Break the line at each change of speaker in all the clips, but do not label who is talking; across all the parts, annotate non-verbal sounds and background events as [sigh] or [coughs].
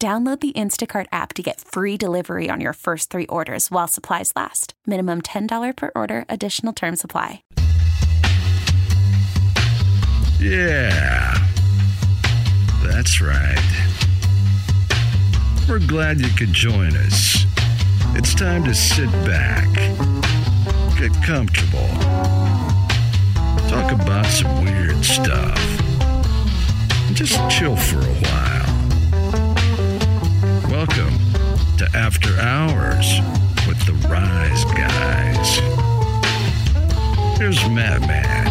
Download the Instacart app to get free delivery on your first three orders while supplies last. Minimum $10 per order, additional term supply.
Yeah. That's right. We're glad you could join us. It's time to sit back, get comfortable, talk about some weird stuff, and just chill for a while. Welcome to After Hours with the Rise Guys. Here's Madman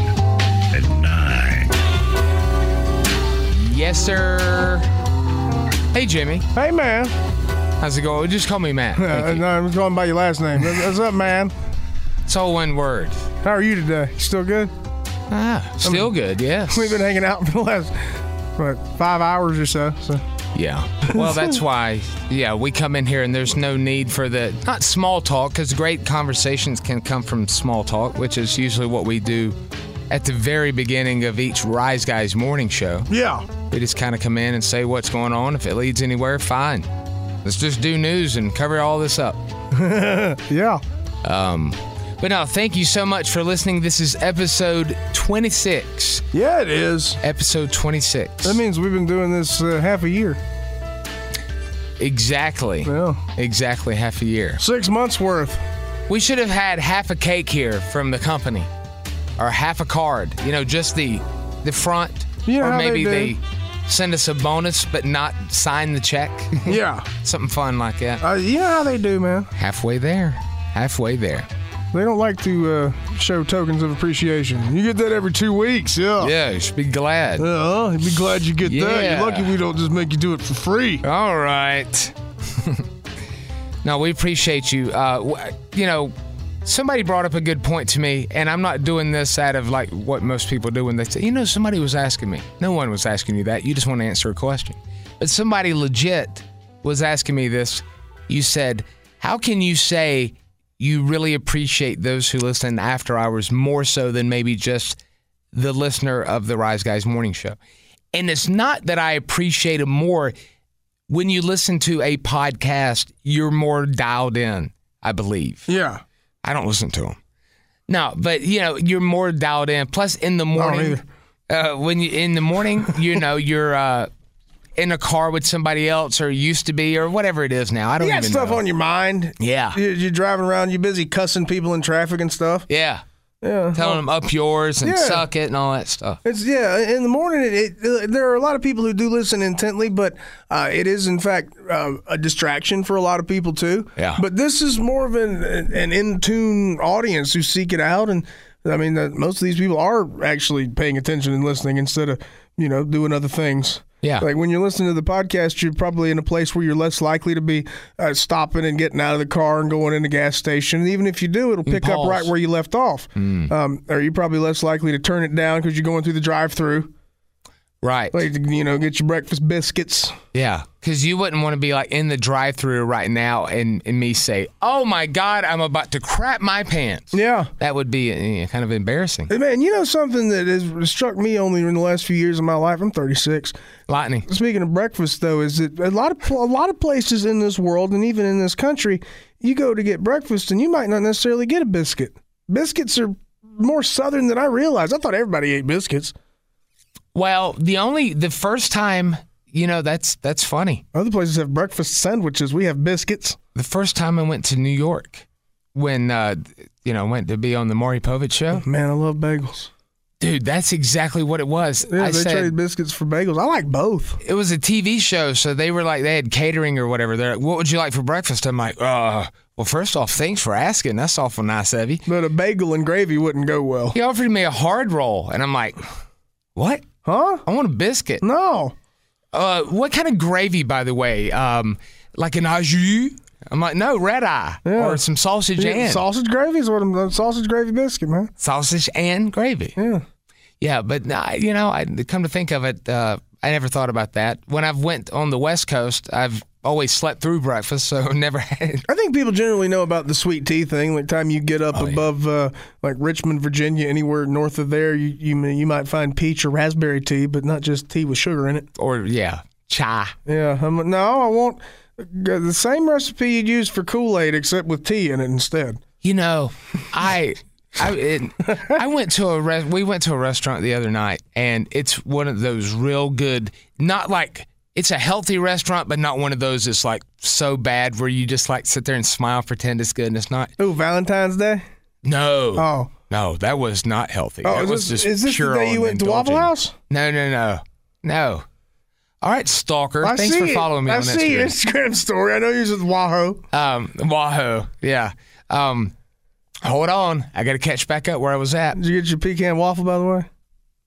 at 9.
Yes, sir. Hey, Jimmy.
Hey man,
How's it going? Just call me Matt. Thank
uh,
you.
no, I'm just going by your last name. What's up, man?
It's all one word.
How are you today? Still good?
Ah, still
Um,
good, yes.
We've been hanging out for the last what five hours or so. So
Yeah. Well, that's
[laughs]
why, yeah, we come in here and there's no need for the, not small talk, because great conversations can come from small talk, which is usually what we do at the very beginning of each Rise Guys morning show.
yeah,
We just kind of come in and say what's going on. If it leads anywhere, fine. Let's just do news and cover all this up.
yeah.
But no, thank you so much for listening. This is episode 26.
Yeah, it is.
Episode 26.
That means we've been doing this uh, half a year.
Exactly.
Yeah,
Exactly half a year.
six months worth.
We should have had half a cake here from the company, or half a card. You know, just the the front,
You know
or
how they
maybe
do.
they, send us a bonus but not sign the check. [laughs]
Yeah,
Something fun like that.
uh, you know how they do, man.
Halfway there. Halfway there.
They don't like to uh, show tokens of appreciation. You get that every two weeks. Yeah.
Yeah, you should be glad.
Uh, you'd be glad you get that.
Yeah.
You're lucky we don't just make you do it for free.
All right. [laughs] no, we appreciate you. Uh, w- you know, somebody brought up a good point to me, and I'm not doing this out of like what most people do when they say, you know, somebody was asking me. No one was asking you that. You just want to answer a question. But somebody legit was asking me this. You said, how can you say you really appreciate those who listen after hours more so than maybe just the listener of the Rise Guys morning show? And it's not that I appreciate them more when you listen to a podcast, you're more dialed in, I believe.
Yeah.
I don't listen to them. No, but you know, you're more dialed in. Plus, in the morning, uh, when you in the morning, [laughs] you know, you're uh, in a car with somebody else, or used to be, or whatever it is now. I don't
You got
even
stuff
know.
on your mind.
Yeah.
You- You're driving around. You're busy cussing people in traffic and stuff.
yeah,
Yeah.
telling them up yours and
Yeah.
suck it and all that stuff.
It's yeah. In the morning, it, it, uh, there are a lot of people who do listen intently, but uh, it is in fact uh, a distraction for a lot of people too.
Yeah.
But this is more of an an in tune audience who seek it out, and I mean uh, most of these people are actually paying attention and listening instead of you know doing other things.
Yeah.
Like when you're listening to the podcast, you're probably in a place where you're less likely to be uh, stopping and getting out of the car and going in the gas station. And even if you do, it'll pick up
pause.
right where you left off. Um, or you're probably less likely to turn it down because you're going through the drive-through,
Right?
like you know, get your breakfast biscuits.
Yeah, because you wouldn't want to be like in the drive-through right now and, and me say, "Oh my God, I'm about to crap my pants."
Yeah.
That would be eh, kind of embarrassing.
Hey, man, you know something that has struck me only in the last few years of my life. I'm 36.
Lightning.
Speaking of breakfast, though, is that a lot of a lot of places in this world and even in this country, you go to get breakfast and you might not necessarily get a biscuit. Biscuits are more southern than I realized. I thought everybody ate biscuits.
Well, the only the first time, you know, that's that's funny.
Other places have breakfast sandwiches. We have biscuits.
The first time I went to New York, when uh, you know went to be on the Maury Povich
[laughs]
show,
Man, I love bagels.
dude, that's exactly what it was.
Yeah,
I
they
said
trade biscuits for bagels. I like both.
it was a TV show, so they were like they had catering or whatever. They're like, "What would you like for breakfast?" I'm like, "Uh, well, first off, thanks for asking. That's awful nice of you."
But a bagel and gravy wouldn't go well.
He offered me a hard roll, and I'm like, "What?
Huh?
I want a biscuit."
No.
Uh, what kind of gravy, by the way? Um, like an au jus? I'm like, no, red eye
Yeah.
or some sausage
Yeah,
and
Sausage gravy is what I'm uh, sausage gravy biscuit, man.
sausage and gravy.
Yeah.
Yeah, but nah, you know, I come to think of it, uh, I never thought about that. When I've went on the West Coast, I've always slept through breakfast, so [laughs] never had.
I think people generally know about the sweet tea thing. Like time you get
Oh,
up above uh, like Richmond, Virginia, anywhere north of there, you, you may- you might find peach or raspberry tea, but not just tea with sugar in it.
Or yeah, chai.
Yeah. I'm, no, I want the same recipe you'd use for Kool Aid, except with tea in it instead.
You know, I I it, I went to a re- we went to a restaurant the other night, and it's one of those real good, not like it's a healthy restaurant, but not one of those that's like so bad where you just like sit there and smile, pretend it's good, and it's not.
Oh, Valentine's Day.
No,
Oh.
no, that was not healthy.
Oh,
that
is
was
this,
just
is this the
pure
day you
on
went to Waffle
indulging.
House?
No, no, no, no. All right, stalker.
I
Thanks
see
for
it.
following me
I
on
see your
Instagram.
Instagram story. I know you're just Wahoo.
Um, Wahoo. Yeah. Um, hold on. I got to catch back up where I was at.
Did you get your pecan waffle, by the way?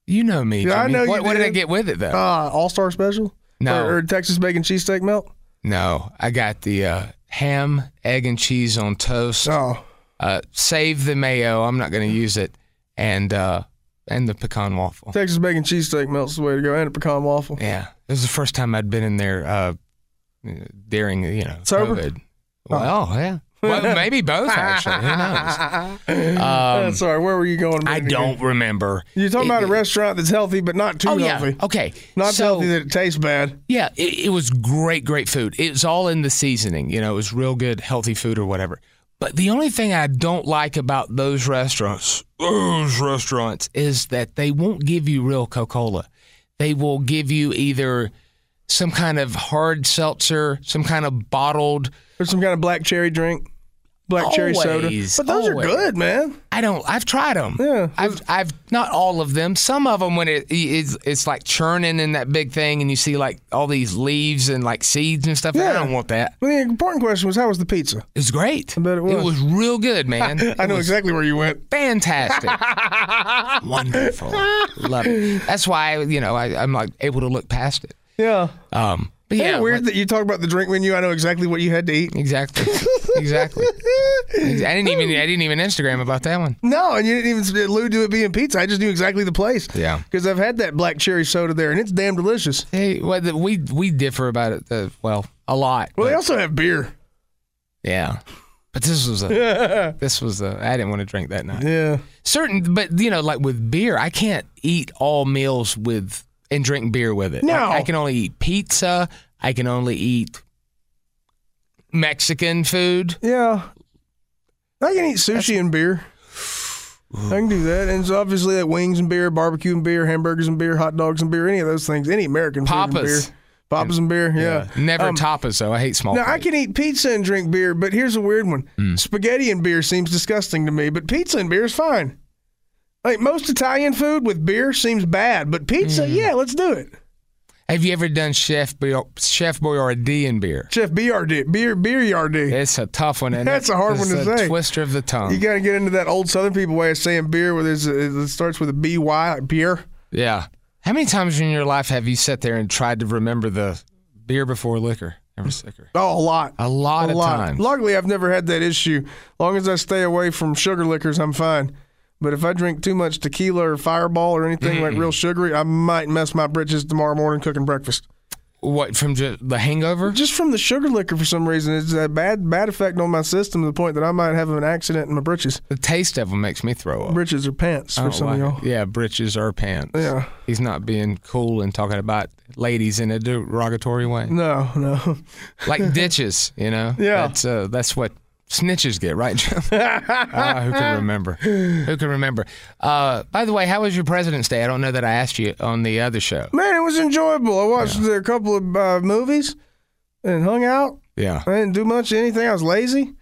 You know me.
Yeah, I
Jimmy.
know you
what, what did I
did.
get with it though?
Uh, All Star Special?
No.
Or, or Texas Bacon Cheesesteak Melt?
no, I got the uh, ham, egg, and cheese on toast.
Oh.
Uh, save the mayo. I'm not going to use it, and uh, and the pecan waffle.
Texas Bacon Cheesesteak Melt's the way to go, and a pecan waffle.
Yeah, it was the first time I'd been in there uh, during you know
Sober?
COVID.
Oh.
Well, yeah. Well, maybe both actually. Who
[laughs]
knows?
Uh, sorry, where were you going?
I
Brandon?
don't remember.
You're talking
It-
about a restaurant that's healthy, but not too
Oh
healthy.
yeah. Okay.
Not so
so,
healthy that it tastes bad.
Yeah, it, it was great, great food. It was all in the seasoning. You know, it was real good, healthy food or whatever. But the only thing I don't like about those restaurants, those restaurants, is that they won't give you real Coca Cola. They will give you either some kind of hard seltzer, some kind of bottled.
There's some kind of black cherry drink, black cherry soda.
Always,
But those
always.
are good, man.
I don't. I've tried them.
Yeah.
I've. I've not all of them. Some of them when it it's, it's like churning in that big thing, and you see like all these leaves and like seeds and stuff. I
Yeah.
don't want that.
But the important question was, how was the pizza?
It was great.
I bet it was.
real good, man.
[laughs] I
It
know
was
exactly where you went. [laughs]
Fantastic. Wonderful. Love it. That's why you know I, I'm like able to look past it.
Yeah.
Um, but
Isn't
yeah,
it weird
like-
that you talk about the drink menu. I know exactly what you had to eat.
exactly. exactly. Ex- I didn't even I didn't even Instagram about that one.
[laughs] No, and you didn't even allude to it being pizza. I just knew exactly the place.
Yeah.
Because I've had that black cherry soda there, and it's damn delicious.
Hey, well, the, we we differ about it. Uh, well, a lot.
Well, they
but-
also have beer.
yeah. But this
[laughs]
was a this was a I didn't want to drink that night.
Yeah.
Certain, but you know, like with beer, I can't eat all meals with and drink beer with it.
No.
I, I can only eat pizza. I can only eat Mexican food.
Yeah. I can eat sushi and beer. I can do that. And it's obviously that wings and beer, barbecue and beer, hamburgers and beer, hot dogs and beer, any of those things, any American food and
Papas.
beer. Papas and beer, yeah.
Never
Um,
tapas though. I hate small.
Now, I
plates.
can eat pizza and drink beer, but here's a weird one. Spaghetti and beer seems disgusting to me, but pizza and beer is fine. Like most Italian food with beer seems bad, but pizza, yeah, let's do it.
Have you ever done Chef Boy- Chef Boyardee and beer?
Chef BRD, beer beer yardy.
It's a tough one. And
That's a hard one to say.
Twister of the tongue.
You got to get into that old Southern people way of saying beer, where there's a, it starts with a B Y, like beer.
yeah. How many times in your life have you sat there and tried to remember the beer before liquor? Ever sicker.
Oh, a lot.
A lot of times.
Luckily, I've never had that issue. Long as I stay away from sugar liquors, I'm fine. But if I drink too much tequila or Fireball or anything like real sugary, I might mess my britches tomorrow morning cooking breakfast.
What from ju- the hangover?
Just from the sugar liquor, for some reason, it's a bad bad effect on my system to the point that I might have an accident in my britches.
The taste of them makes me throw up.
Britches or pants
I
for
don't
some
like
of y'all.
it. Yeah, britches or pants.
Yeah.
He's not being cool and talking about ladies in a derogatory way.
No, [laughs] no.
Like ditches, you know?
Yeah.
That's, uh, that's what snitches get, right,
[laughs]
Jim? Ah, who can remember? Who can remember? Uh, by the way, how was your President's Day? I don't know that I asked you on the other show.
Man, it was enjoyable. I watched a couple of uh, movies and hung out.
Yeah.
I didn't do much of anything. I was lazy.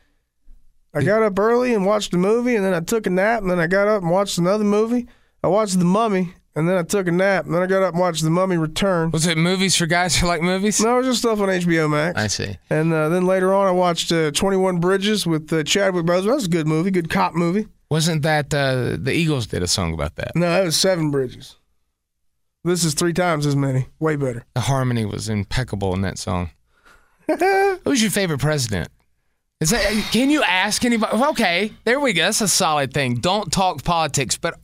I got up early and watched a movie, and then I took a nap, and then I got up and watched another movie. I watched The Mummy, and then I took a nap, and then I got up and watched The Mummy Return.
Was it movies for guys who like movies?
No, it was just stuff on HBO Max.
I see.
And uh, then later on, I watched uh, 21 Bridges with uh, Chadwick Boseman. That was a good movie, good cop movie.
Wasn't that uh, the Eagles did a song about that?
No, that was Seven Bridges. This is three times as many. Way better.
The harmony was impeccable in that
[laughs]
song. Who's your favorite president? Is that, can you ask anybody? Okay, there we go. That's a solid thing. Don't talk politics, but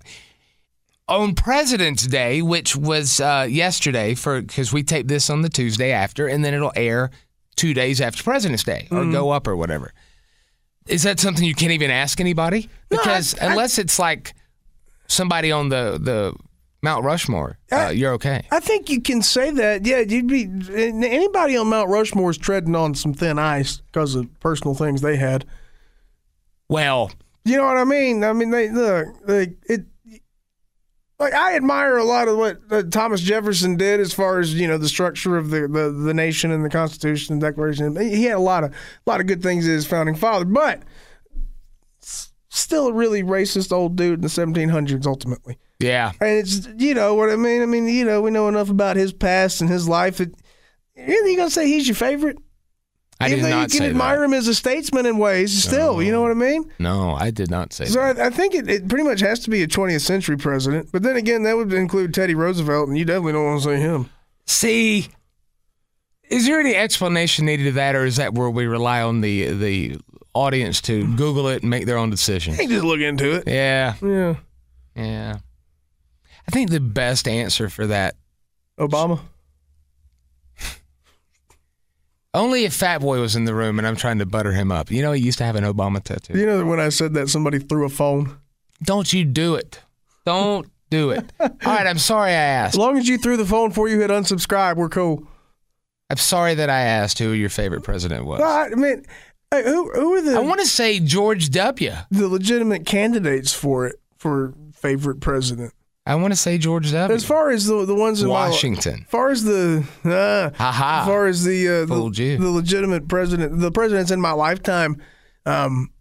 on President's Day, which was uh, yesterday, for because we tape this on the Tuesday after, and then it'll air two days after President's Day or
Mm-hmm.
go up or whatever. Is that something you can't even ask anybody? Because unless it's like somebody on the the Mount Rushmore, uh, you're okay.
I think you can say that. Yeah, you'd be eh, anybody on Mount Rushmore is treading on some thin ice because of personal things they had.
Well,
You know what I mean? I mean, they look like it. Like I admire a lot of what uh, Thomas Jefferson did, as far as you know, the structure of the, the, the nation and the Constitution and Declaration. He had a lot of a lot of good things as founding father, but s- still a really racist old dude in the 1700s. Ultimately,
yeah.
and it's you know what I mean. I mean, you know, we know enough about his past and his life. That, really, you gonna say he's your favorite?
I did
Even though
not
you can
say
admire
that.
him as a statesman in ways, still, you know what I mean?
No, I did not say
So
that.
I, I think it, it pretty much has to be a 20th century president. But then again, that would include Teddy Roosevelt, and you definitely don't want to say him.
See, is there any explanation needed to that, or is that where we rely on the the audience to Google it and make their own decision?
You can just look into it.
Yeah,
Yeah.
yeah. I think the best answer for that
Obama.
only if Fat Boy was in the room and I'm trying to butter him up. You know, he used to have an Obama tattoo.
You know that when I said that, somebody threw a phone.
Don't you do it? Don't do [laughs] it. All right, I'm sorry I
As
asked.
long as you threw the phone before you hit unsubscribe, we're cool.
I'm sorry that I asked who your favorite president was.
No, I I mean, hey, who who are the
I want to say George W.
the legitimate candidates for it for favorite president?
I want to say George W.
As far as the the ones in my-
Washington.
far as the uh,
Ha ha.
as far as the uh, the,
Ah. Fooled you.
the legitimate president, the presidents in my lifetime, um,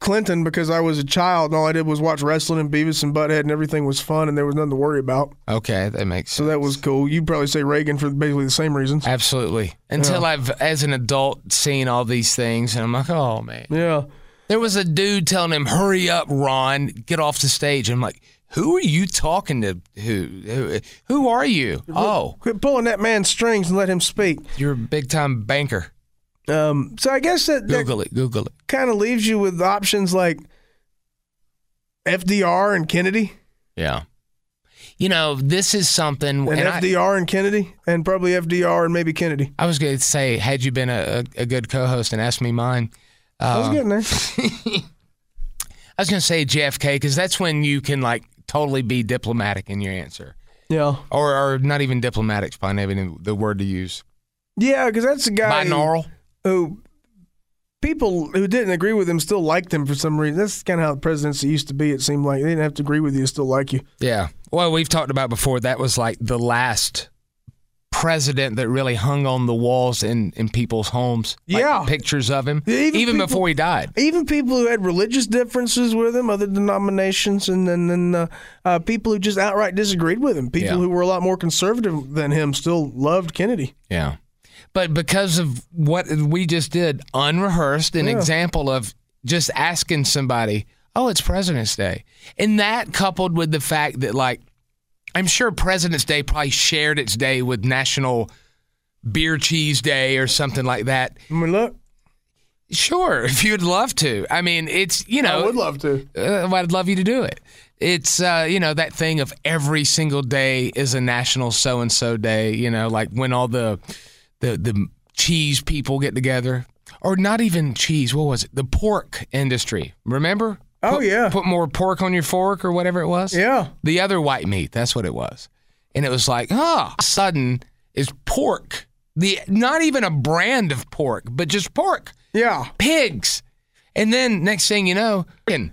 Clinton, because I was a child and all I did was watch wrestling and Beavis and Butthead and everything was fun and there was nothing to worry about.
Okay, that makes
So
sense.
that was cool. You'd probably say Reagan for basically the same reasons.
Absolutely. Until I've, as an adult, seen all these things, and I'm like, oh man.
Yeah.
There was a dude telling him, "Hurry up, Ron, get off the stage." I'm like, who are you talking to? Who? Who, who are you? Oh,
Quit pulling that man's strings and let him speak.
you're a big time banker.
Um, so I guess that, that
Google it. Google it.
kind of leaves you with options like FDR and Kennedy.
Yeah. You know, this is something.
And,
Mm, and I-
FDR and Kennedy, and probably FDR and maybe Kennedy.
I, was going to say, had you been a, a, a good co-host and asked me mine, uh,
I
[laughs]
was getting there.
I was going to say JFK because that's when you can like totally be diplomatic in your answer.
Yeah.
or, or not even diplomatic's probably not even the word to use.
Yeah, because that's a guy
Binaural.
who people who didn't agree with him still liked him for some reason. That's kind of how the presidency used to be. It seemed like they didn't have to agree with you to still like you.
Yeah. Well, we've talked about before. That was like the last president that really hung on the walls in in people's homes. Like,
Yeah.
Pictures of him,
Yeah, even
even,
people-
before he died.
Even people who had religious differences with him, other denominations, and then then uh, uh, people who just outright disagreed with him,
Yeah.
people who were a lot more conservative than him, still loved Kennedy.
Yeah. But because of what we just did, unrehearsed, an example of just asking somebody, oh, it's President's Day. And that coupled with the fact that, like, I'm sure President's Day probably shared its day with National Beer Cheese Day or something like that.
I mean, look,
Sure, [laughs] if you'd love to. I mean, it's, you know,
I would love to.
uh, I'd love you to do it. It's uh, you know that thing of every single day is a national so and so day. You know, like when all the the the cheese people get together, or not even cheese. What was it? The pork industry. Remember?
Oh,
Put-
yeah.
Put more pork on your fork or whatever it was.
Yeah.
The other white meat. That's what it was. And it was like, ah, sudden is pork. The not even a brand of pork, but just pork
Yeah.
pigs. And then next thing you know, and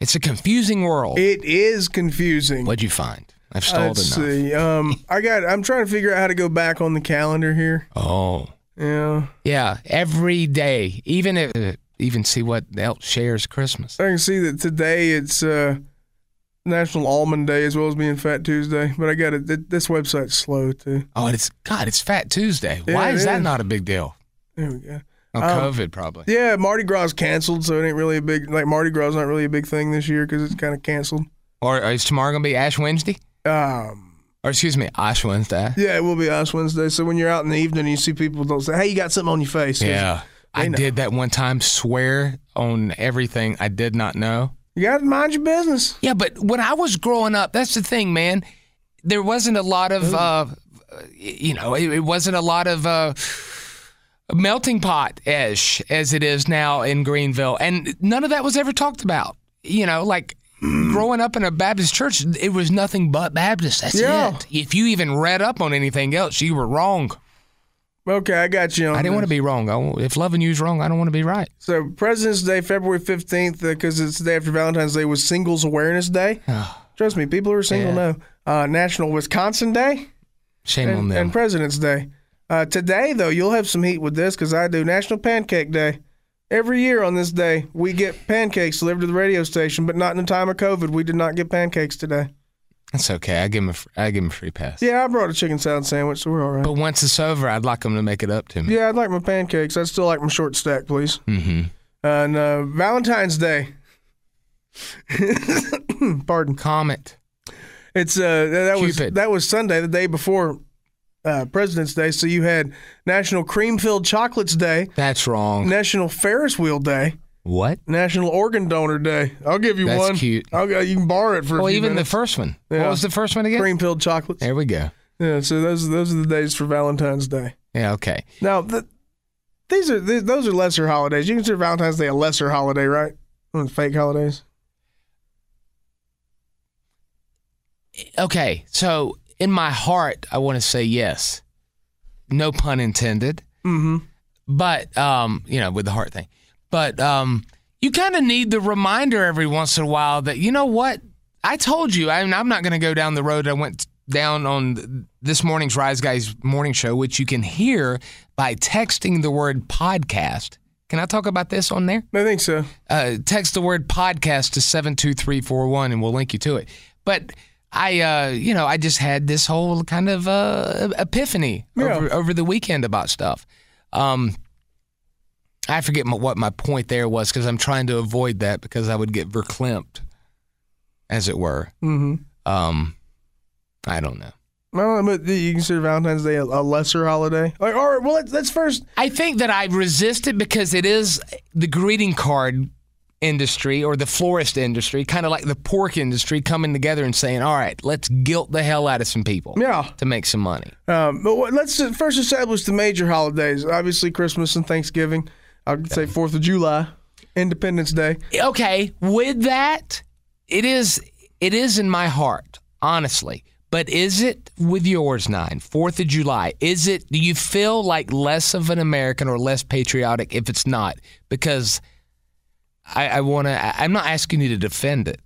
it's a confusing world.
It is confusing.
What'd you find? I've stalled
Let's
enough.
see. Um, I got. I'm trying to figure out how to go back on the calendar here.
Oh.
Yeah,
Yeah, every day, even if uh, even see what else shares Christmas.
I can see that today it's uh, National Almond Day as well as being Fat Tuesday. But I got it. th- This website's slow too.
Oh, and it's God, it's Fat Tuesday.
Yeah,
Why
it
is that
is.
not a big deal?
There we go.
Oh,
Um,
COVID probably.
Yeah, Mardi Gras is canceled, so it ain't really a big like Mardi Gras is not really a big thing this year because it's kind of canceled.
Or, or is tomorrow gonna be Ash Wednesday?
Um,
Or excuse me, Ash Wednesday.
yeah, it will be Ash Wednesday. So when you're out in the evening, and you see people don't say, "Hey, you got something on your face." 'cause
Yeah. I
know.
did that one time, swear on everything I did not know.
you got to mind your business.
Yeah, but when I was growing up, that's the thing, man. There wasn't a lot
Mm.
of, uh, you know, it, it wasn't a lot of uh, melting pot ish as it is now in Greenville, and none of that was ever talked about. You know, like
Mm.
growing up in a Baptist church, it was nothing but Baptist. That's
Yeah.
it. If you even read up on anything else, you were wrong.
Okay, I got you. On
I didn't want
this.
to be wrong. I, won't- if loving you's wrong, I don't want to be right.
So President's Day, February fifteenth, because it's the day after Valentine's Day, was Singles Awareness
[sighs]
Day. Trust me, people who are single
Yeah.
know. Uh, National Wisconsin Day
Shame on
and,
them.
and President's Day. Uh, today, though, you'll have some heat with this because I do National Pancake Day. Every year on this day, we get pancakes delivered to the radio station, but not in the time of COVID. We did not get pancakes today.
that's okay. I give them. A, I give them a free pass.
Yeah, I brought a chicken salad sandwich, so we're all right.
But once it's over, I'd like them to make it up to me.
Yeah, I'd like my pancakes. I'd still like my short stack, please.
Mm-hmm.
And uh, Valentine's Day. [coughs] Pardon.
Comment.
It's uh that was
Cupid.
that was Sunday, the day before uh, President's Day. So you had National Cream Filled Chocolates Day,
That's wrong.
National Ferris Wheel Day,
What?
National Organ Donor Day. I'll give you
That's
one.
cute.
I'll, go- you can borrow it for.
Well,
a few
Oh, even
minutes.
the first one.
Yeah.
What was the first one again?
cream filled chocolates.
There we go.
Yeah. So those those are the days for Valentine's Day.
Yeah. Okay.
Now the, these are th those are lesser holidays. You consider Valentine's Day a lesser holiday, right? One of the fake holidays.
Okay. So in my heart, I want to say yes. No pun intended.
Mm-hmm.
But um, you know, with the heart thing. But um, you kind of need the reminder every once in a while that you know what I told you. I mean, I'm not going to go down the road I went down on th- this morning's Rise Guys morning show, which you can hear by texting the word podcast. Can I talk about this on there?
I think so.
uh, text the word podcast to 72341 and we'll link you to it. But I, uh, you know, I just had this whole kind of uh, epiphany
Yeah.
over, over the weekend about stuff. Um, I forget my, what my point there was because I'm trying to avoid that because I would get verklempt, as it were.
Mm-hmm.
Um, I don't know.
Well, but you consider Valentine's Day a, a lesser holiday? Like, all right, well, let's, let's first.
I think that I resist it because it is the greeting card industry or the florist industry, kind of like the pork industry, coming together and saying, "All right, let's guilt the hell out of some people
Yeah.
to make some money."
Um, but what, let's first establish the major holidays. Obviously, Christmas and Thanksgiving. I would say 4th of July, Independence Day.
Okay, with that, it is it is in my heart, honestly. But is it with yours, nine Fourth of July? Is it? Do you feel like less of an American or less patriotic if it's not? Because I, I want to. I'm not asking you to defend it.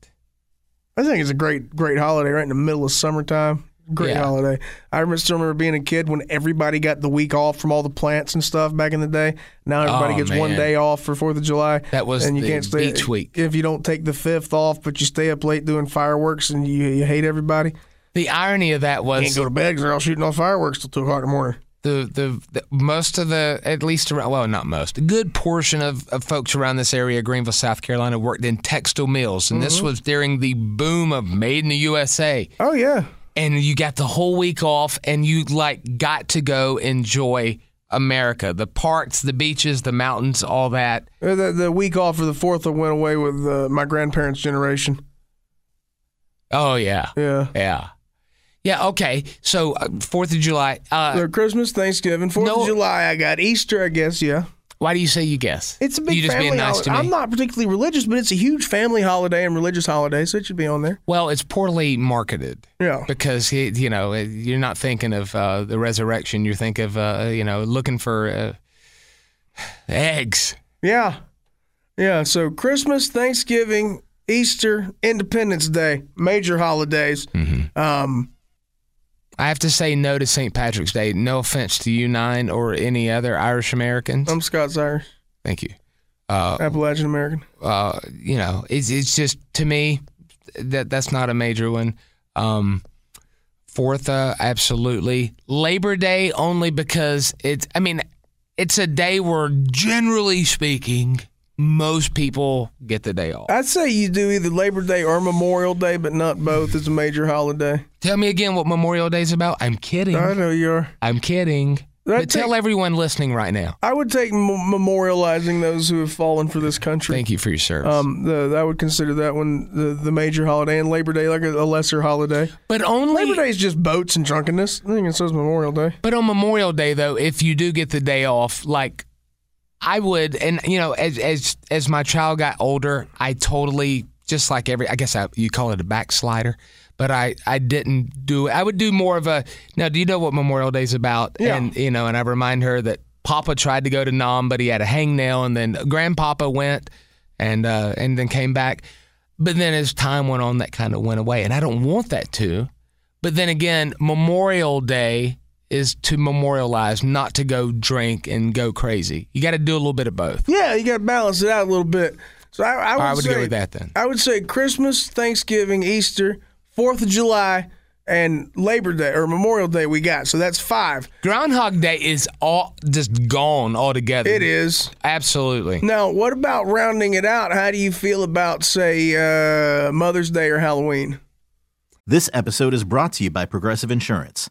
I think it's a great, great holiday right in the middle of summertime. Great
Yeah.
holiday. I remember, still remember being a kid when everybody got the week off from all the plants and stuff back in the day. Now everybody
Oh,
gets one
man.
day off for Fourth of July.
That was
and you
the
can't stay
beach week.
if you don't take the fifth off, but you stay up late doing fireworks and you, you hate everybody.
The irony of that
Can't
was
go
the,
to bed because they're all shooting off fireworks till two o'clock in the morning.
the the most of the at least around well not most a good portion of, of folks around this area Greenville South Carolina worked in textile mills and
Mm-hmm.
this was during the boom of made in the USA
Oh yeah,
and you got the whole week off and you like got to go enjoy America the parks the beaches the mountains all that
Uh, the, the week off for the fourth, I went away with uh, my grandparents' generation.
oh yeah
Yeah,
yeah yeah okay so uh, 4th of July uh,
So Christmas, Thanksgiving, Fourth
No-
of July. I got Easter. I guess yeah.
why do you say you guess
It's a big
you just
family
being nice
holiday.
to me
I'm not particularly religious, but it's a huge family holiday and religious holiday, so it should be on there.
well it's poorly marketed
Yeah,
because he- you know eh, you're not thinking of uh, the resurrection. You think of uh, you know looking for uh, eggs.
yeah. Yeah, so Christmas, Thanksgiving, Easter, Independence Day, major holidays.
Hmm.
Um,
I have to say no to St. Patrick's Day. No offense to you nine or any other Irish Americans.
I'm Scott's Irish,
Thank you. Uh,
Appalachian American.
uh, you know, it's it's just to me that that's not a major one. Um, fourth, uh, absolutely. Labor Day only because it's. I mean, it's a day where, generally speaking, most people get the day off.
I'd say you do either Labor Day or Memorial Day, but not both. It's a major holiday.
Tell me again what Memorial Day's about. I'm kidding.
I know you are.
I'm kidding.
That
But tell
take-
everyone listening right now.
I would take m- memorializing those who have fallen for this country.
Thank you for your service.
Um, the, I would consider that one the, the major holiday and Labor Day like a, a lesser holiday.
but only
Labor Day is just boats and drunkenness. I think it says Memorial Day.
But on Memorial Day, though, if you do get the day off, like I would, and you know, as as as my child got older, I totally just like every, I guess I, you call it a backslider, but I I didn't do it. I would do more of a now. Do you know what Memorial Day's about?
Yeah.
And you know, and I remind her that Papa tried to go to Nam, but he had a hangnail, and then Grandpapa went, and uh, and then came back. But then as time went on, that kind of went away, and I don't want that to. But then again, Memorial Day is to memorialize, not to go drink and go crazy. You got to do a little bit of both.
Yeah, you got to balance it out a little bit. So I, I would,
Oh, I would
say,
go with that then.
I would say Christmas, Thanksgiving, Easter, Fourth of July, and Labor Day or Memorial Day. We got so that's five.
Groundhog Day is all just gone altogether.
It is
absolutely.
now. What about rounding it out? How do you feel about say uh, Mother's Day or Halloween?
This episode is brought to you by Progressive Insurance.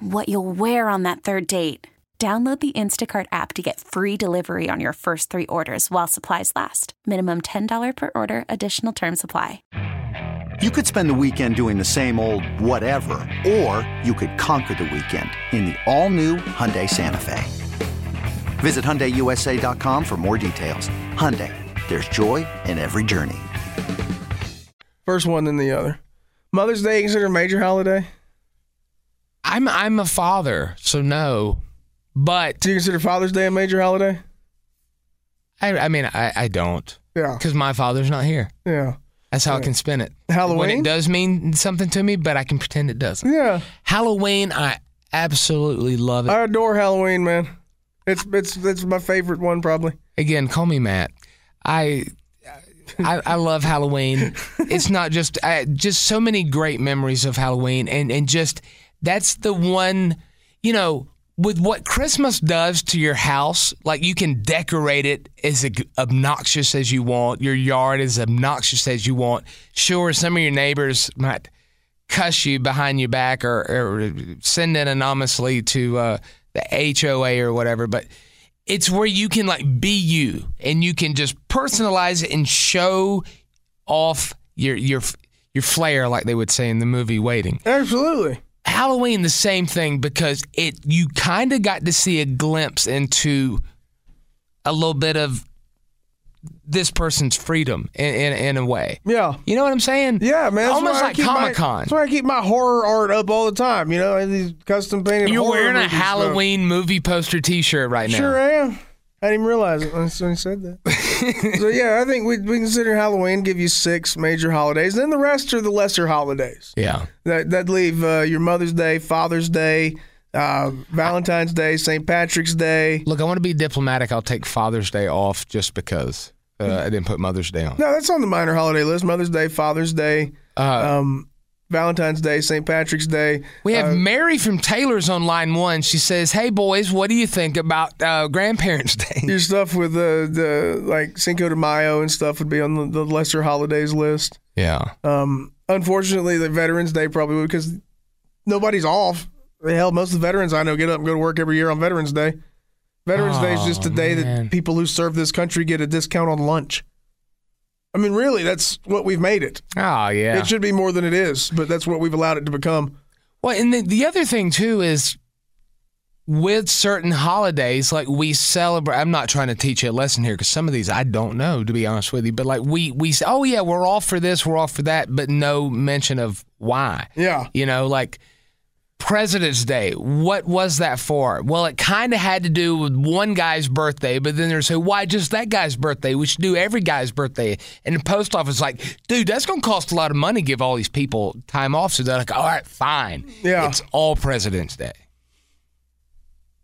what you'll wear on that third date. Download the Instacart app to get free delivery on your first three orders while supplies last. Minimum $10 per order, additional term supply.
You could spend the weekend doing the same old whatever, or you could conquer the weekend in the all-new Hyundai Santa Fe. Visit HyundaiUSA.com for more details. Hyundai, there's joy in every journey.
First one then the other. Mother's Day considered a major holiday?
I'm I'm a father, so no. But
Do you consider Father's Day a major holiday?
I, I mean, I, I don't
Yeah,
because my father's not here.
yeah,
That's how I can spin it. When
Halloween?
it does mean something to me, but I can pretend it doesn't.
yeah.
Halloween, I absolutely love it.
I adore Halloween, man. It's it's it's my favorite one probably.
again, call me Matt. I I, I love Halloween. It's not just I, just so many great memories of Halloween, and and just that's the one you know with what Christmas does to your house. Like you can decorate it as ag- obnoxious as you want. Your yard as obnoxious as you want. Sure, some of your neighbors might cuss you behind your back or, or send it anonymously to uh, the HOA or whatever, but it's where you can like be you and you can just personalize it and show off your your your flair like they would say in the movie Waiting.
Absolutely.
Halloween the same thing because it you kind of got to see a glimpse into a little bit of this person's freedom in in, in a way.
Yeah.
You know what I'm saying?
Yeah, man. That's
Almost
why I
like
keep my-
Comic Con.
That's why I keep my horror art up all the time. You know, and these custom painted.
You're
horror
wearing a
movies and stuff.
Halloween movie poster T-shirt right now.
Sure am. I didn't even realize it when when he said that. [laughs] so yeah, I think we we consider Halloween give you six major holidays, then the rest are the lesser holidays
Yeah.
that that leave uh, your Mother's Day, Father's Day, uh, Valentine's Day, St. Patrick's Day.
Look, I want to be diplomatic. I'll take Father's Day off just because. Uh, I didn't put Mother's Day on.
No, that's on the minor holiday list. Mother's Day, Father's Day,
Uh,
um, Valentine's Day, St. Patrick's Day.
we have
uh,
Mary from Taylor's on line one. She says, "Hey boys, what do you think about uh, Grandparents' [laughs] Day?"
your stuff with the the like Cinco de Mayo and stuff would be on the, the lesser holidays list.
Yeah,
Um, unfortunately, the Veterans Day probably would because nobody's off. Hell, most of the veterans I know get up and go to work every year on Veterans Day. Veterans Day is just a
Oh,
day
man.
that people who serve this country get a discount on lunch. I mean, really, that's what we've made it.
oh yeah.
It should be more than it is, but that's what we've allowed it to become.
Well, and the, the other thing too is with certain holidays, like we celebrate. I'm not trying to teach you a lesson here because some of these I don't know, to be honest with you. But like we we say, oh yeah, we're all for this, we're all for that, but no mention of why.
Yeah.
You know, like President's Day. What was that for? Well, it kind of had to do with one guy's birthday, but then there's say, why just that guy's birthday? We should do every guy's birthday. And the post office is like, dude, that's going to cost a lot of money to give all these people time off. So they're like, all right, fine.
Yeah.
It's all President's Day.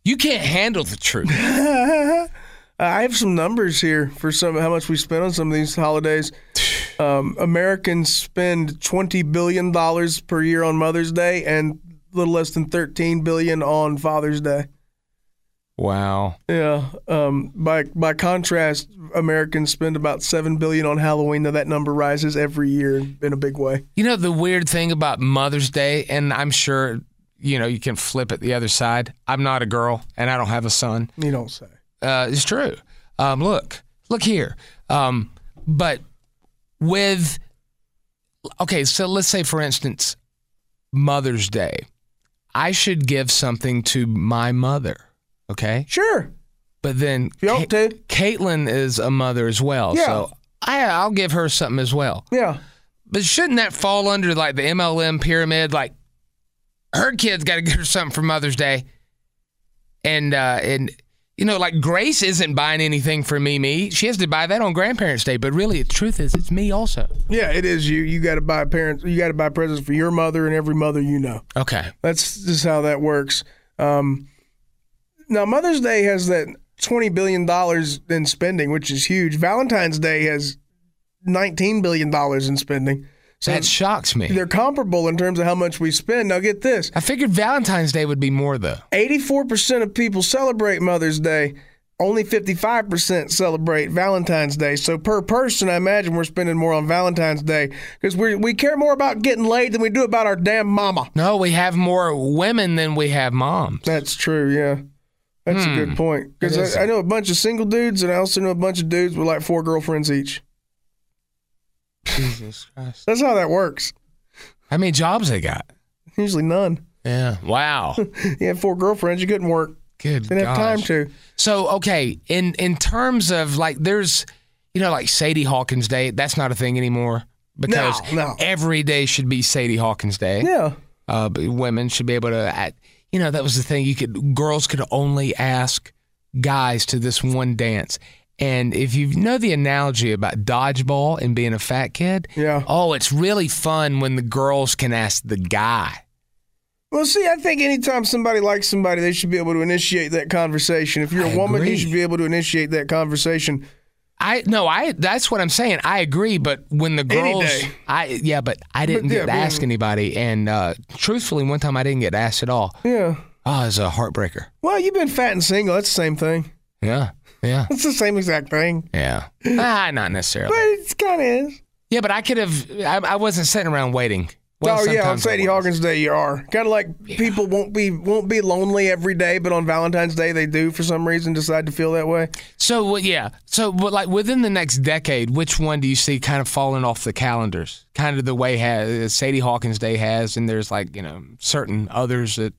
You can't handle the truth.
[laughs] I have some numbers here for some how much we spend on some of these holidays. [sighs] Um, Americans spend twenty billion dollars per year on Mother's Day and a little less than thirteen billion on Father's Day.
wow.
Yeah. Um, by by contrast, Americans spend about seven billion on Halloween. Though that number rises every year in a big way.
You know, the weird thing about Mother's Day, and I'm sure, you know, you can flip it the other side. I'm not a girl and I don't have a son.
You don't say.
uh, it's true. Um, look, look here. Um, but with okay, so let's say for instance, Mother's Day, I should give something to my mother. Okay,
Sure.
but then
You ought
Ca-
to.
Caitlin is a mother as well,
Yeah.
so I, I'll give her something as well.
Yeah.
But shouldn't that fall under like the MLM pyramid? Like her kids got [laughs] to get her something for Mother's Day, and uh, and you know, like Grace isn't buying anything for Mimi. She has to buy that on Grandparents' Day. But really, the truth is, it's me also.
Yeah. It is you. You got to buy parents. You got to buy presents for your mother and every mother you know.
Okay.
That's just how that works. Um, now Mother's Day has that twenty billion dollars in spending, which is huge. Valentine's Day has nineteen billion dollars in spending. So
That shocks me.
they're comparable in terms of how much we spend. Now get this:
I figured Valentine's Day would be more though.
eighty-four percent of people celebrate Mother's Day. Only 55% celebrate Valentine's Day. So, per person, I imagine we're spending more on Valentine's Day because we care more about getting laid than we do about our damn mama.
No, we have more women than we have moms.
That's true. Yeah, that's a good point.
It
Because
Hmm. is.
I, I know a bunch of single dudes, and I also know a bunch of dudes with like four girlfriends each.
Jesus Christ.
That's how that works.
How many jobs they got?
Usually none. [laughs]
Yeah. [laughs] Wow.
You have four girlfriends, you couldn't work.
Good.
Didn't have time
gosh.
to.
So okay, in in terms of like, there's you know like Sadie Hawkins Day. That's not a thing anymore because
no.
every day should be Sadie Hawkins Day.
Yeah,
Uh, but women should be able to, act, you know, that was the thing. You could girls could only ask guys to this one dance. And if you know the analogy about dodgeball and being a fat kid,
yeah.
oh, it's really fun when the girls can ask the guy.
Well, see, I think anytime somebody likes somebody, they should be able to initiate that conversation. If you're a
I
woman,
agree.
you should be able to initiate that conversation.
I no, I that's what I'm saying. I agree, but when the
Any
girls,
day.
I yeah, but I didn't
yeah,
get to
I mean-
ask anybody, and uh, truthfully, one time I didn't get asked at all.
Yeah.
Oh, it's a heartbreaker.
Well, you've been fat and single. That's the same thing.
Yeah, yeah,
It's the same exact thing. [laughs]
yeah. ah, not necessarily.
But it's kind of is.
yeah, but I could have. I, I wasn't sitting around waiting.
oh yeah, on
sometimes I
Sadie
was.
Hawkins Day you are kind of like people won't be won't be lonely every day, but on Valentine's Day they do for some reason decide to feel that way.
So well, yeah, so but like within the next decade, which one do you see kind of falling off the calendars? Kind of the way has, Sadie Hawkins Day has, and there's like you know certain others that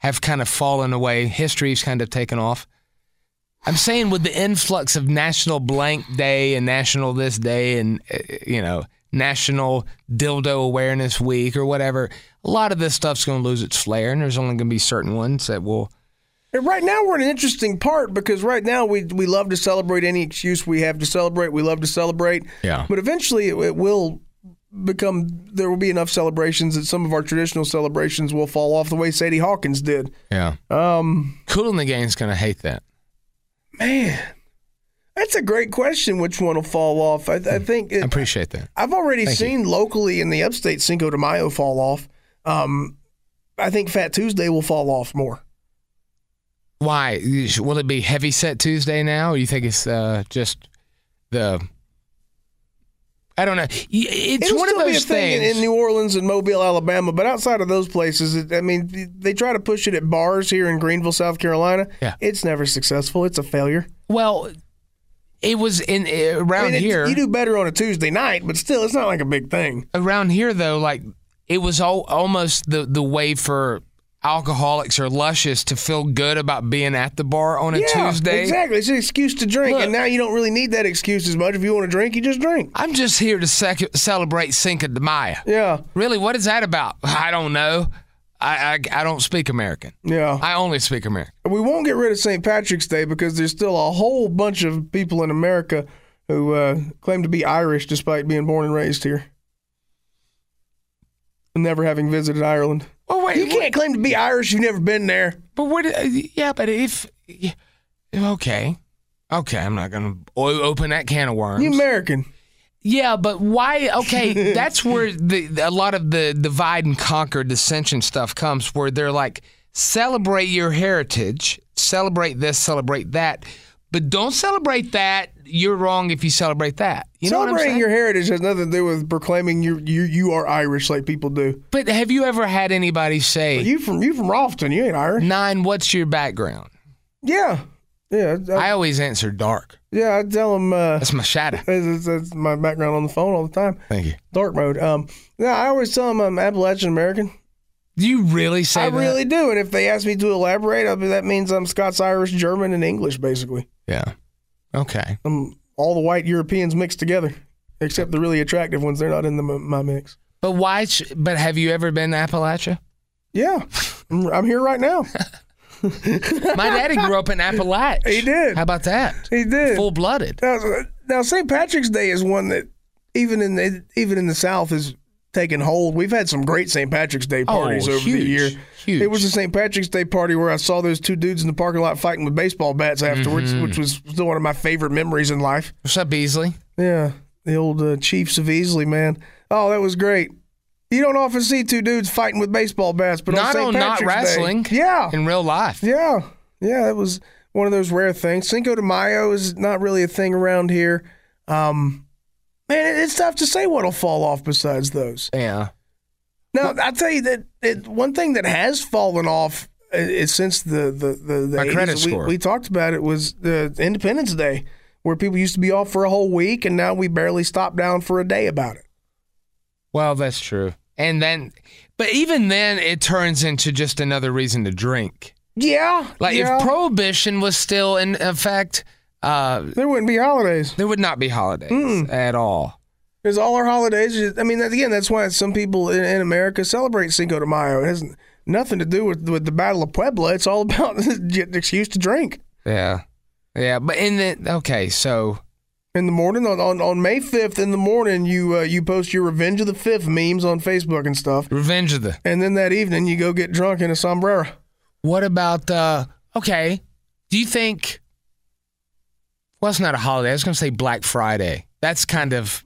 have kind of fallen away. History's kind of taken off. I'm saying with the influx of National Blank Day and National This Day and uh, you know National Dildo Awareness Week or whatever, a lot of this stuff's going to lose its flair, and there's only going to be certain ones that will.
And right now we're in an interesting part because right now we we love to celebrate any excuse we have to celebrate. We love to celebrate.
Yeah.
But eventually it, it will become there will be enough celebrations that some of our traditional celebrations will fall off the way Sadie Hawkins did.
Yeah.
Um,
Cool in the game's going to hate that.
man, that's That's a great question. Which one will fall off? I, I think
I
it,
appreciate that.
I've already seen locally in the upstate Cinco de Mayo fall off. Um, I think Fat Tuesday will fall off more.
Why will it be heavy set Tuesday now? Or you think it's uh, just the? I don't know. Y- It's
It'll
one of
still
those
be a thing in-
things.
in New Orleans and Mobile, Alabama, but outside of those places, it, I mean, they try to push it at bars here in Greenville, South Carolina.
Yeah.
It's never successful. It's a failure.
well, it was in uh, around
I mean, it-
here.
you do better on a Tuesday night, but still, it's not like a big thing.
around here though, like it was all, almost the the way for alcoholics or luscious to feel good about being at the bar on a
yeah,
Tuesday.
exactly. It's an excuse to drink, and
Look.
now you don't really need that excuse as much. If you want to drink, you just drink.
I'm just here to sec- celebrate Cinco de Mayo.
Yeah,
Really, what is that about? I don't know. I I, I don't speak American.
yeah.
I only speak American.
we won't get rid of St. Patrick's Day because there's still a whole bunch of people in America who uh, claim to be Irish despite being born and raised here. And never having visited Ireland.
Well, wait,
You can't claim to be Irish if you've never been there.
But what? uh, Yeah, but if yeah, okay, okay, I'm not gonna o- open that can of worms.
You American.
yeah, but why?
[laughs]
Okay, that's where the, the- a lot of the divide and conquer dissension stuff comes, where they're like, celebrate your heritage, celebrate this, celebrate that, but don't celebrate that. You're wrong if you celebrate that. You know what I'm
Celebrating
saying?
your heritage has nothing to do with proclaiming you you you are Irish like people do.
but have you ever had anybody say,
You from you from Rolfton, you ain't Irish.
Nine, what's your background?
Yeah, yeah, I,
I always answer dark.
yeah. I tell them uh,
That's my shadow.
that's, that's- that's my background on the phone all the time.
Thank you.
Dark mode. Um, yeah, I always tell them I'm Appalachian American.
Do you really say
I
that?
really do. And if they ask me to elaborate, I'll be, that means I'm Scots, Irish, German, and English, basically.
Yeah. Okay.
I'm all the white Europeans mixed together, except the really attractive ones. They're not in the, my mix.
But why? Sh- but have you ever been to Appalachia?
Yeah, I'm, I'm here
[laughs]
right now.
My
[laughs]
daddy grew up in Appalachia.
He did.
How about that?
He did.
Full blooded.
Now, now St. Patrick's Day is one that even in the, even in the South is taking hold. We've had some great St. Patrick's Day
Oh,
parties over the
huge,
year.
huge.
It was a St. Patrick's Day party where I saw those two dudes in the parking lot fighting with baseball bats afterwards,
Mm-hmm.
which was still one of my favorite memories in life.
What's up, Beasley?
Yeah, the old uh, Chiefs of Easley, man. Oh, that was great. You don't often see two dudes fighting with baseball bats, but
not
on, St.
on not
Patrick's
wrestling.
Day, yeah,
In real life.
yeah, yeah. That was one of those rare things. Cinco de Mayo is not really a thing around here. Um, man, it, it's tough to say what'll fall off besides those.
Yeah.
Now, I tell you that it, one thing that has fallen off i- is since the the the, the
My credit
80s, we-
score.
We, talked about it was the Independence Day, where people used to be off for a whole week, and now we barely stop down for a day about it.
Well, that's true. And then, but even then, it turns into just another reason to drink.
Yeah,
Like
yeah.
if prohibition was still in effect, uh,
there wouldn't be holidays.
there would not be holidays
Mm.
at all.
Because all our holidays, is- I mean, that- again, that's why some people in, in America celebrate Cinco de Mayo. It has nothing to do with, with the Battle of Puebla. It's all [laughs] about an excuse to drink.
Yeah. Yeah. But in the okay, so
In the morning, on, on, on May 5th in the morning, you uh, you post your Revenge of the Fifth memes on Facebook and stuff.
revenge of the
And then that evening, you go get drunk in a sombrero.
What about uh okay? Do you think well it's not a holiday, I was gonna say Black Friday. That's kind of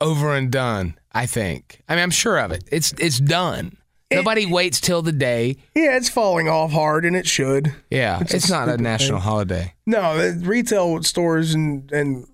over and done, I think. I mean I'm sure of it. It's it's done. Nobody waits till the day.
Yeah, it's falling off hard, and it should.
Yeah. It's,
a
not a
stupid
national holiday.
No, the retail stores and, and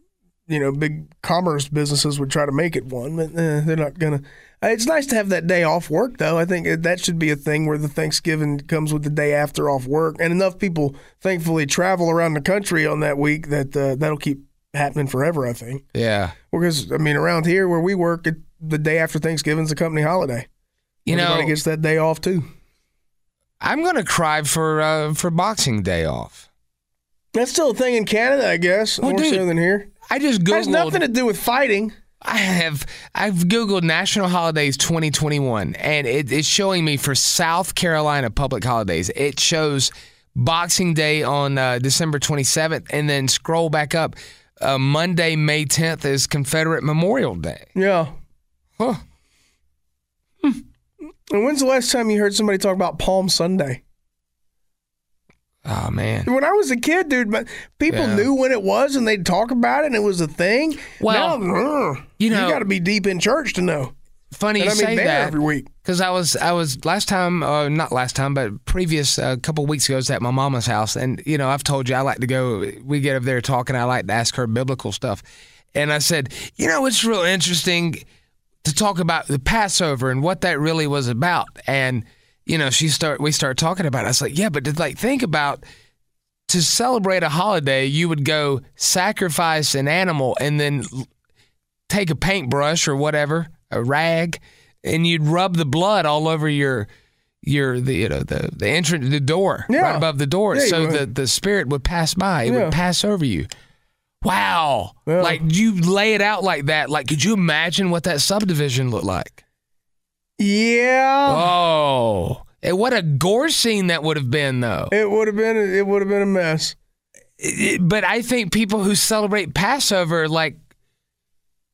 you know big commerce businesses would try to make it one, but eh, they're not gonna. Uh, It's nice to have that day off work, though. I think that- that should be a thing where the Thanksgiving comes with the day after off work, and enough people thankfully travel around the country on that week that uh, that'll keep happening forever. I think
Yeah.
because I mean around here where we work, it, the day after Thanksgiving's a company holiday.
You
Everybody
know
gets that day off too.
I'm gonna cry for uh, for boxing day off.
That's still a thing in Canada, I guess.
Well,
more so
Oh, dude,
than here.
I just
Has nothing
googled
to do with fighting.
I have I've googled national holidays 2021 and it, it's showing me for South Carolina public holidays. It shows Boxing Day on uh, December 27th and then scroll back up uh, Monday May 10th is Confederate Memorial Day.
Yeah.
Huh.
And when's the last time you heard somebody talk about Palm Sunday?
Oh man.
When I was a kid, dude, but people
Yeah.
knew when it was and they'd talk about it and it was a thing.
Well,
Now, ugh,
you know-
you got to be deep in church to know.
Funny
And
you
I mean,
say
they're
that
every week.
because I was I was last time, uh, not last time, but previous a couple weeks ago, I was at my mama's house, and you know I've told you I like to go. We get up there talking. I like to ask her biblical stuff, and I said, you know, it's real interesting to talk about the Passover and what that really was about, and you know she start we start talking about. it. I was like, yeah, but to like think about to celebrate a holiday, you would go sacrifice an animal and then l- take a paintbrush or whatever, a rag, and you'd rub the blood all over your your the you know the the entrance the door right
Yeah.
above the door,
Yeah, you
so
would.
the the spirit would pass by, it
Yeah.
would pass over you. Wow!
Yeah.
Like you lay it out like that. Like, could you imagine what that subdivision looked like?
Yeah.
Oh, and what a gore scene that would have been, though.
It would have been it would have been a mess.
it- but I think people who celebrate Passover, like,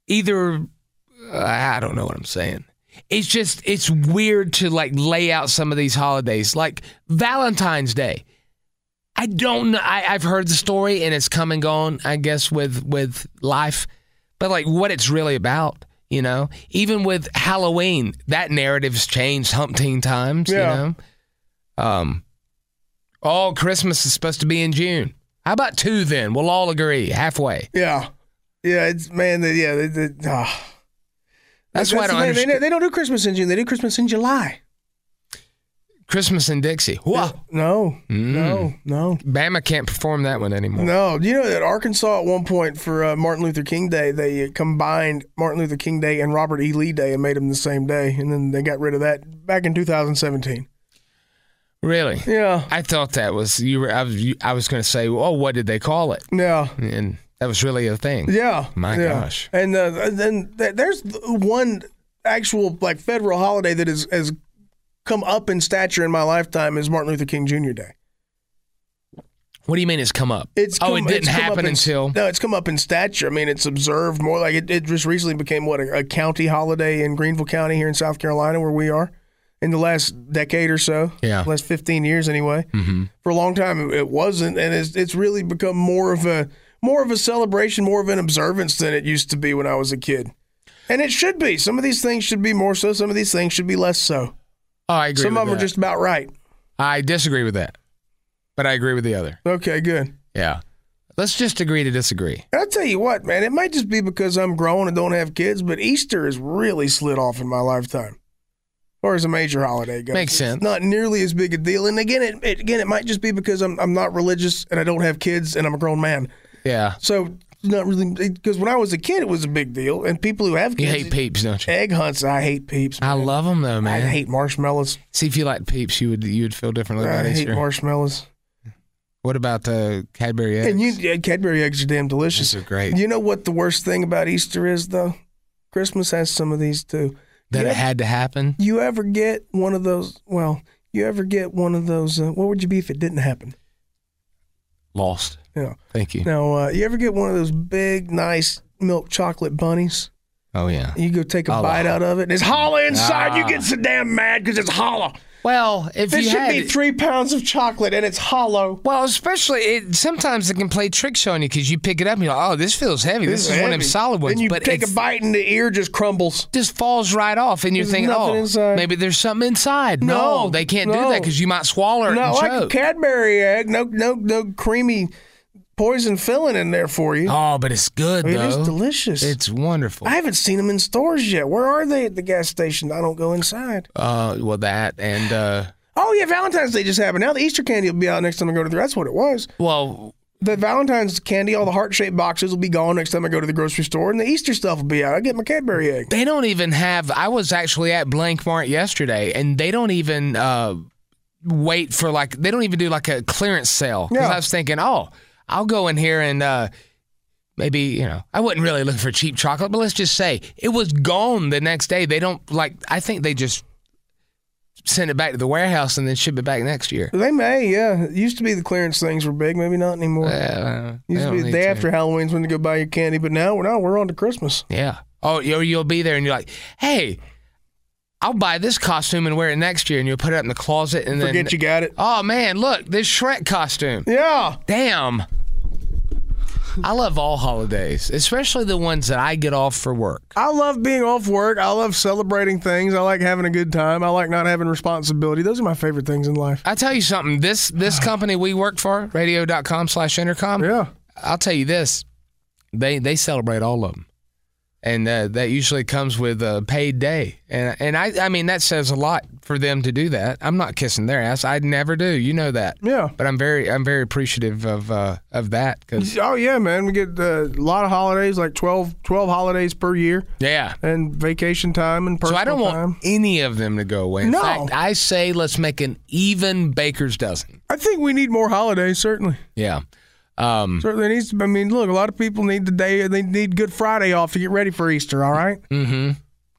either uh, I don't know what I'm saying. It's just it's weird to like lay out some of these holidays, like Valentine's Day. I don't know. I, I've heard the story and it's come and gone. I guess with with life, but like what it's really about, you know. Even with Halloween, that narrative's changed umpteen times.
Yeah.
You know. Um. Oh, Christmas is supposed to be in June. How about two then? We'll all agree halfway.
Yeah. Yeah, it's man, they, yeah, they, they, ah.
That's, why I don't
the thing,
understand.
They, they don't do Christmas in June. They do Christmas in July.
Christmas in Dixie. Whoa.
No,
Mm.
no, no,
Bama can't perform that one anymore.
no. You know that Arkansas at one point for uh, Martin Luther King Day, they combined Martin Luther King Day and Robert E. Lee Day and made them the same day, and then they got rid of that back in 2017.
Really?
Yeah,
I thought that was you were I was, you, I was going to say, "Oh, what did they call it?"
yeah.
And that was really a thing.
Yeah.
My
yeah.
gosh.
And uh, and then th- there's one actual like federal holiday that is has come up in stature in my lifetime is Martin Luther King Jr. Day.
What do you mean it's come up?
It's
oh,
come,
it didn't
it's come up
happen
in-
until
no, it's come up in stature. I mean, it's observed more like it, it just recently became what a, a county holiday in Greenville County here in South Carolina where we are in the last decade or so.
Yeah.
last fifteen years anyway. Mm-hmm. For a long time, it- it wasn't, and it's it's really become more of a more of a celebration, more of an observance than it used to be when I was a kid. And it should be. Some of these things should be more so. Some of these things should be less so.
Oh, I agree.
Some
with
of them
that.
are just about right.
I disagree with that. But I agree with the other.
Okay, good.
Yeah. Let's just agree to disagree.
And I'll tell you what, man, it might just be because I'm grown and don't have kids, but Easter has really slid off in my lifetime. Or as a major holiday goes.
Makes
It's
sense.
not nearly as big a deal. And again, it, it again it might just be because I'm I'm not religious and I don't have kids and I'm a grown man.
Yeah.
So not really because when I was a kid it was a big deal and people who have
You
kids
hate peeps, don't you?
egg hunts, I hate peeps.
I love them though,
I
man.
hate marshmallows.
See if you like peeps, you would you would feel differently about
I hate
Easter.
marshmallows.
What about the Cadbury eggs?
And you yeah, Cadbury eggs are damn delicious.
These are great.
You know what the worst thing about Easter is though? Christmas has some of these too.
that
Yeah.
it had to happen.
You ever get one of those? Well, you ever get one of those? Uh, what would you be if it didn't happen?
Lost.
Yeah.
Thank you.
Now, uh, you ever get one of those big, nice milk chocolate bunnies?
Oh yeah.
You go take a
Oh,
bite
wow.
out of it, and it's holla inside.
Ah.
You get so damn mad because it's hollow.
Well, if
This
you
should
had,
be three pounds of chocolate, and it's hollow.
well, especially it, sometimes it can play tricks on you because you pick it up and you're like, oh, this feels heavy. This, is one of them
heavy.
solid ones.
Then you
but
take
it's-
a bite, and the ear just crumbles.
Just falls right off, and you're
There's
thinking,
nothing
"Oh,
inside."
maybe there's something inside." No,
No,
they can't do
no.
that because you might swallow it
Not
and
like a
choke.
Cadbury egg. No, no, no creamy poison filling in there for you.
oh, but it's good
it
though.
is delicious.
It's wonderful.
I haven't seen them in stores yet. Where are they at the gas station? I don't go inside.
uh, well, that and uh,
Oh yeah, Valentine's Day just happened. Now the Easter candy will be out next time I go to the. That's what it was.
well,
The Valentine's candy, all the heart shaped boxes will be gone next time I go to the grocery store, and the Easter stuff will be out. I get my Cadbury egg.
They don't even have. I was actually at Blank Mart yesterday, and they don't even uh, wait for like they don't even do like a clearance sale. 'Cause
Yeah.
I was thinking, oh, I'll go in here and uh, maybe you know I wasn't really looking for cheap chocolate, but let's just say it was gone the next day. They don't like. I think they just send it back to the warehouse and then ship it back next year.
They may, yeah. It used to be the clearance things were big, maybe not anymore.
Uh, they
used to
don't
be the
need
day
to.
after Halloween's when you go buy your candy, but now we're now we're on to Christmas.
Yeah. Oh, you'll, you'll be there and you're like, hey, I'll buy this costume and wear it next year, and you'll put it up in the closet and then
Forget you got it.
Oh man, look this Shrek costume.
Yeah.
Damn. I love all holidays, especially the ones that I get off for work.
I love being off work. I love celebrating things. I like having a good time. I like not having responsibility. Those are my favorite things in life.
I tell you something, this this company we work for, radio.com slash intercom,
Yeah.
I'll tell you this, they they celebrate all of them, and uh, that usually comes with a paid day, and and I I mean that says a lot for them to do that. I'm not kissing their ass. I never do. You know that.
Yeah.
But I'm very I'm very appreciative of uh, of that because
Oh yeah, man. We get uh, a lot of holidays, like 12, 12 holidays per year,
yeah.
and vacation time and
So
personal
I don't want
time.
any of them to go away. In
No.
fact, I say let's make an even baker's dozen.
I think we need more holidays. Certainly,
Yeah. Um,
certainly needs. To, I mean, look, a lot of people need the day. They need Good Friday off to get ready for Easter. All right.
Hmm.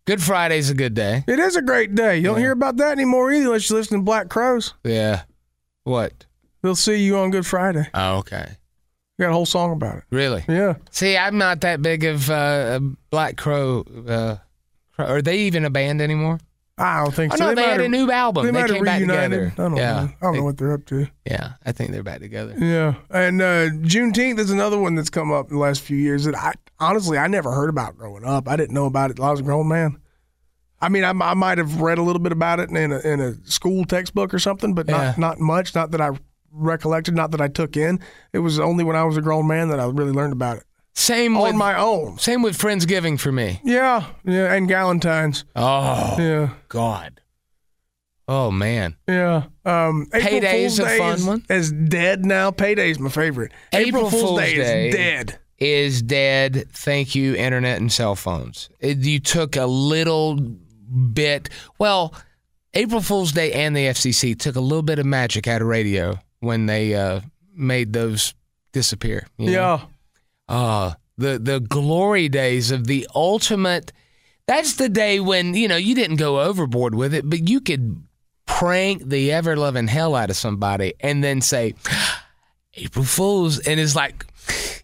Good Friday's a good day.
It is a great day. You don't hear about that anymore either, unless you listen to Black Crows.
Yeah. What?
They'll see you on Good Friday.
Oh, okay.
We got a whole song about it.
Really?
Yeah.
See, I'm not that big of uh, a Black Crow. Uh, Crow- are they even a band anymore?
I don't think
Oh,
so.
no, they,
might
had
have-
a new album. They,
might
came
have
back
reunited.
together.
I don't
yeah.
know. I don't know what they're up to.
Yeah, I think they're back together.
Yeah. And uh, Juneteenth is another one that's come up in the last few years that I honestly I never heard about growing up. I didn't know about it. till I was a grown man. I mean, I, I might have read a little bit about it in a, in a school textbook or something, but
Yeah.
not not much. Not that I recollected. Not that I took in. It was only when I was a grown man that I really learned about it
Same with
on my own.
same with Friendsgiving for me.
Yeah. Yeah. And Galentine's.
Oh
Yeah.
God. Oh man.
Yeah. Um, April
Payday's
Fool's
a
Day
fun
is,
one.
is dead now. Payday's my favorite.
April Fool's Day.
is dead.
Is dead. Thank you, internet and cell phones. It, you took a little bit. Well, April Fool's Day and the FCC took a little bit of magic out of radio when they uh, made those disappear. you know?
Yeah.
Ah, the the glory days of the ultimate. That's the day when you know you didn't go overboard with it, but you could prank the ever loving hell out of somebody and then say "Ah, April Fools, and it's like.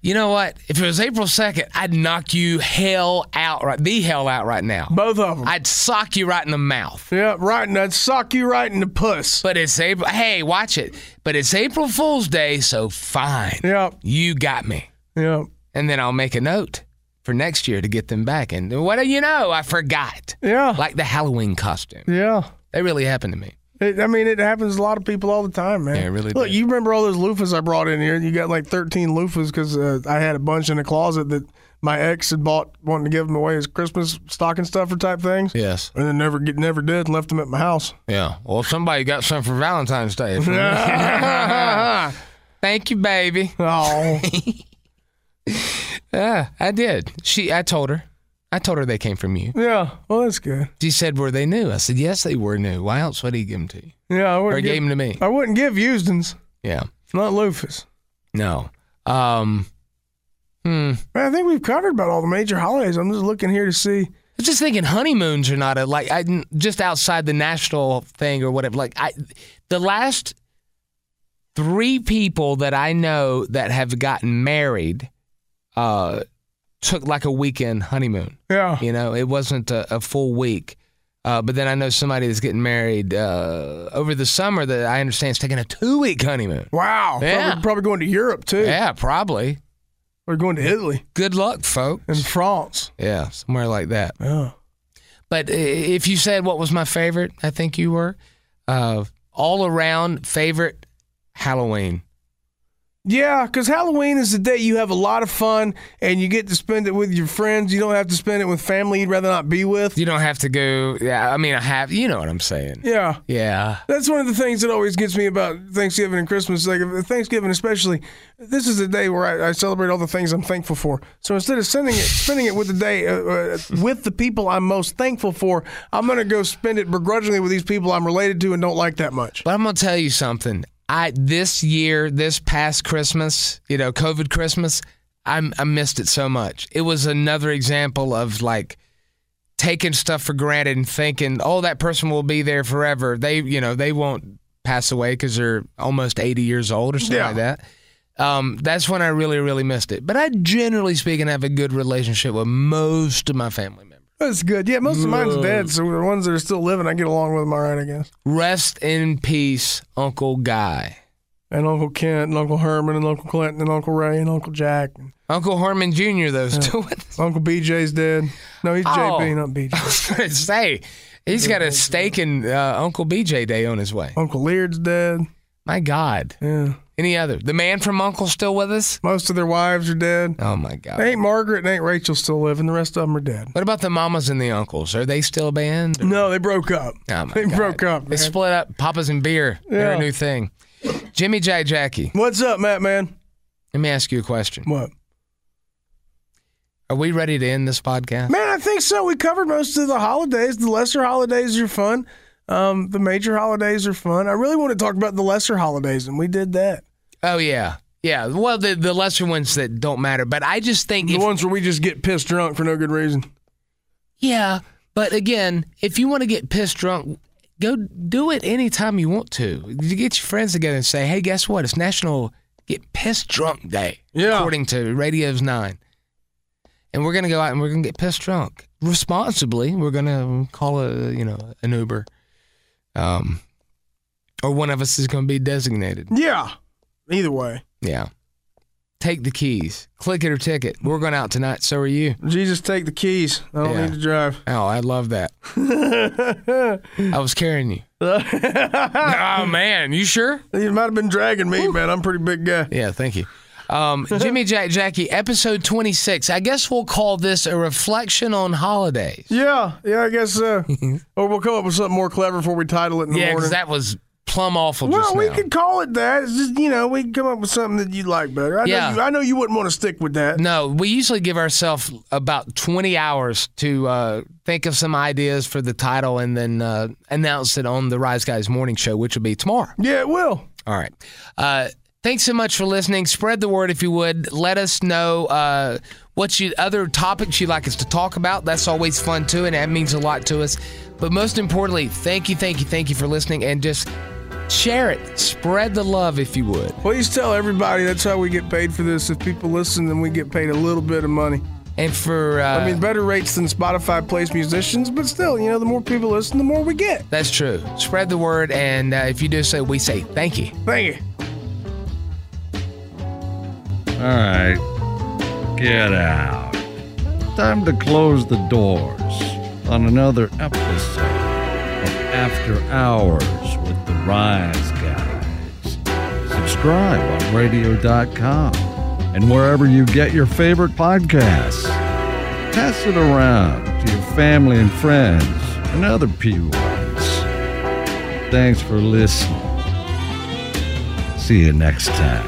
You know what? If it was April 2nd, I'd knock you hell out right the hell out right now.
Both of them.
I'd sock you right in the mouth.
Yeah, right, and I'd suck you right in the puss.
But it's April hey, watch it. But it's April Fool's Day, so fine.
Yep,
You got me.
yep,
and then I'll make a note for next year to get them back. And what do you know? I forgot.
yeah,
Like the Halloween costume.
yeah.
They really happened to me.
It, I mean, it happens to a lot of people all the time, man.
Yeah, it really
Look,
does.
you remember all those loofahs I brought in here? You got like thirteen loofahs because uh, I had a bunch in the closet that my ex had bought, wanting to give them away as Christmas stocking stuffer type things,
Yes.
and then never get never did, left them at my house.
Yeah. Well, somebody got some for Valentine's Day. [laughs] Thank you, baby. [laughs]
Oh,
Yeah, I did. She, I told her. I told her they came from you.
yeah. Well, that's good.
She said, "Were they new?" I said, "Yes, they were new. Why else would he give them to you?"
Yeah, I
Or
wouldn't
he gave them
give,
to me.
I wouldn't give Houston's,
Yeah.
not loofahs.
No. Um. Hmm.
Man, I think we've covered about all the major holidays. I'm just looking here to see.
I was just thinking honeymoons are not a like I just outside the national thing or whatever. Like I, the last three people that I know that have gotten married, uh, took like a weekend honeymoon.
Yeah.
You know, it wasn't a, a full week. Uh, but then I know somebody that's getting married uh, over the summer that I understand is taking a two week honeymoon.
Wow.
Yeah.
Probably, probably going to Europe too.
Yeah, probably.
Or going to Italy
Good luck, folks.
and France.
Yeah, somewhere like that.
Yeah.
But i- if you said what was my favorite, I think you were uh, all around favorite Halloween.
Yeah, because Halloween is the day you have a lot of fun and you get to spend it with your friends. You don't have to spend it with family you'd rather not be with.
You don't have to go. Yeah, I mean, I have. You know what I'm saying?
Yeah.
Yeah.
That's one of the things that always gets me about Thanksgiving and Christmas. Like if- Thanksgiving, especially, this is the day where I, I celebrate all the things I'm thankful for. So instead of spending it, spending it with the day uh, uh, with the people I'm most thankful for, I'm gonna go spend it begrudgingly with these people I'm related to and don't like that much.
But I'm gonna tell you something. I this year, this past Christmas, you know, COVID Christmas, I'm, I missed it so much. It was another example of like taking stuff for granted and thinking, oh, that person will be there forever. They, you know, they won't pass away because they're almost 80 years old or something
Yeah.
like that. Um, that's when I really, really missed it. But I generally speaking have a good relationship with most of my family members.
That's good. Yeah, most of mine's dead, so the ones that are still living, I get along with them all right, I guess.
Rest in peace, Uncle Guy.
And Uncle Kent, and Uncle Herman, and Uncle Clinton, and Uncle Ray, and Uncle Jack. And
Uncle Herman Jr. Those [laughs] two.
Uncle BJ's dead. No, he's
Oh.
JP,
[laughs]
not
I
BJ.
was going to say, he's got a steak and uh, Uncle BJ Day on his way.
Uncle Leard's dead.
My God.
Yeah.
Any other? The man from Uncle still with us?
Most of their wives are dead.
Oh my God.
Ain't Margaret and Ain't Rachel still living. The rest of them are dead.
What about the mamas and the uncles? Are they still a band?
No, they broke up.
Oh, my
[laughs] they
God.
broke up.
They
man.
split up. Papa's and beer. They're a
Yeah.
new thing. Jimmy J. Jackie,
What's up, Matt, man?
let me ask you a question.
What?
Are we ready to end this podcast?
Man, I think so. We covered most of the holidays. The lesser holidays are fun. Um, the major holidays are fun. I really want to talk about the lesser holidays, and we did that.
Oh, yeah. Yeah. Well, the, the lesser ones that don't matter. But I just think
The
if
ones where we just get pissed drunk for no good reason.
Yeah, but again, if you want to get pissed drunk, go do it anytime you want to. You get your friends together and say, "Hey, guess what? It's National Get Pissed Drunk Day."
Yeah.
According to Radio's Nine, and we're gonna go out and we're gonna get pissed drunk responsibly. We're gonna call a you know an Uber, um, or one of us is gonna be designated.
Yeah. Either way,
Yeah. Take the keys, click it or ticket. We're going out tonight. So are you.
Jesus, take the keys. I don't
Yeah.
need to drive.
Oh, I love
[laughs]
that. I was carrying you. oh man, you sure?
You might have been dragging me, man. I'm a pretty big guy.
Yeah, thank you. Um, Jimmy Jack Jackie, episode 26. I guess we'll call this a reflection on holidays.
Yeah, yeah, I guess. [laughs] Uh, or we'll come up with something more clever before we title it in the
Yeah,
morning.
because that was plumb awful
Well,
just
we
now.
could call it that. It's just you know, we can come up with something that you like better. I
Yeah.
know you, I know you wouldn't want to stick with that.
No, we usually give ourselves about 20 hours to uh, think of some ideas for the title and then uh, announce it on the Rise Guys morning show, which will be tomorrow.
Yeah, it will.
All right. Uh, thanks so much for listening. Spread the word if you would. Let us know uh, what you other topics you'd like us to talk about. That's always fun too, and that means a lot to us. But most importantly, thank you, thank you, thank you for listening, and just share it. Spread the love if you would.
Please tell everybody that's how we get paid for this. If people listen, then we get paid a little bit of money.
And for uh,
I mean, better rates than Spotify plays musicians, but still, you know, the more people listen, the more we get.
that's true. Spread the word, and uh, if you do so, we say thank you.
Thank you.
All right. Get out. Time to close the doors on another episode of After Hours with the Rise Guys. Subscribe on radio.com and wherever you get your favorite podcasts. Pass it around to your family and friends and other P1s. Thanks for listening. See you next time.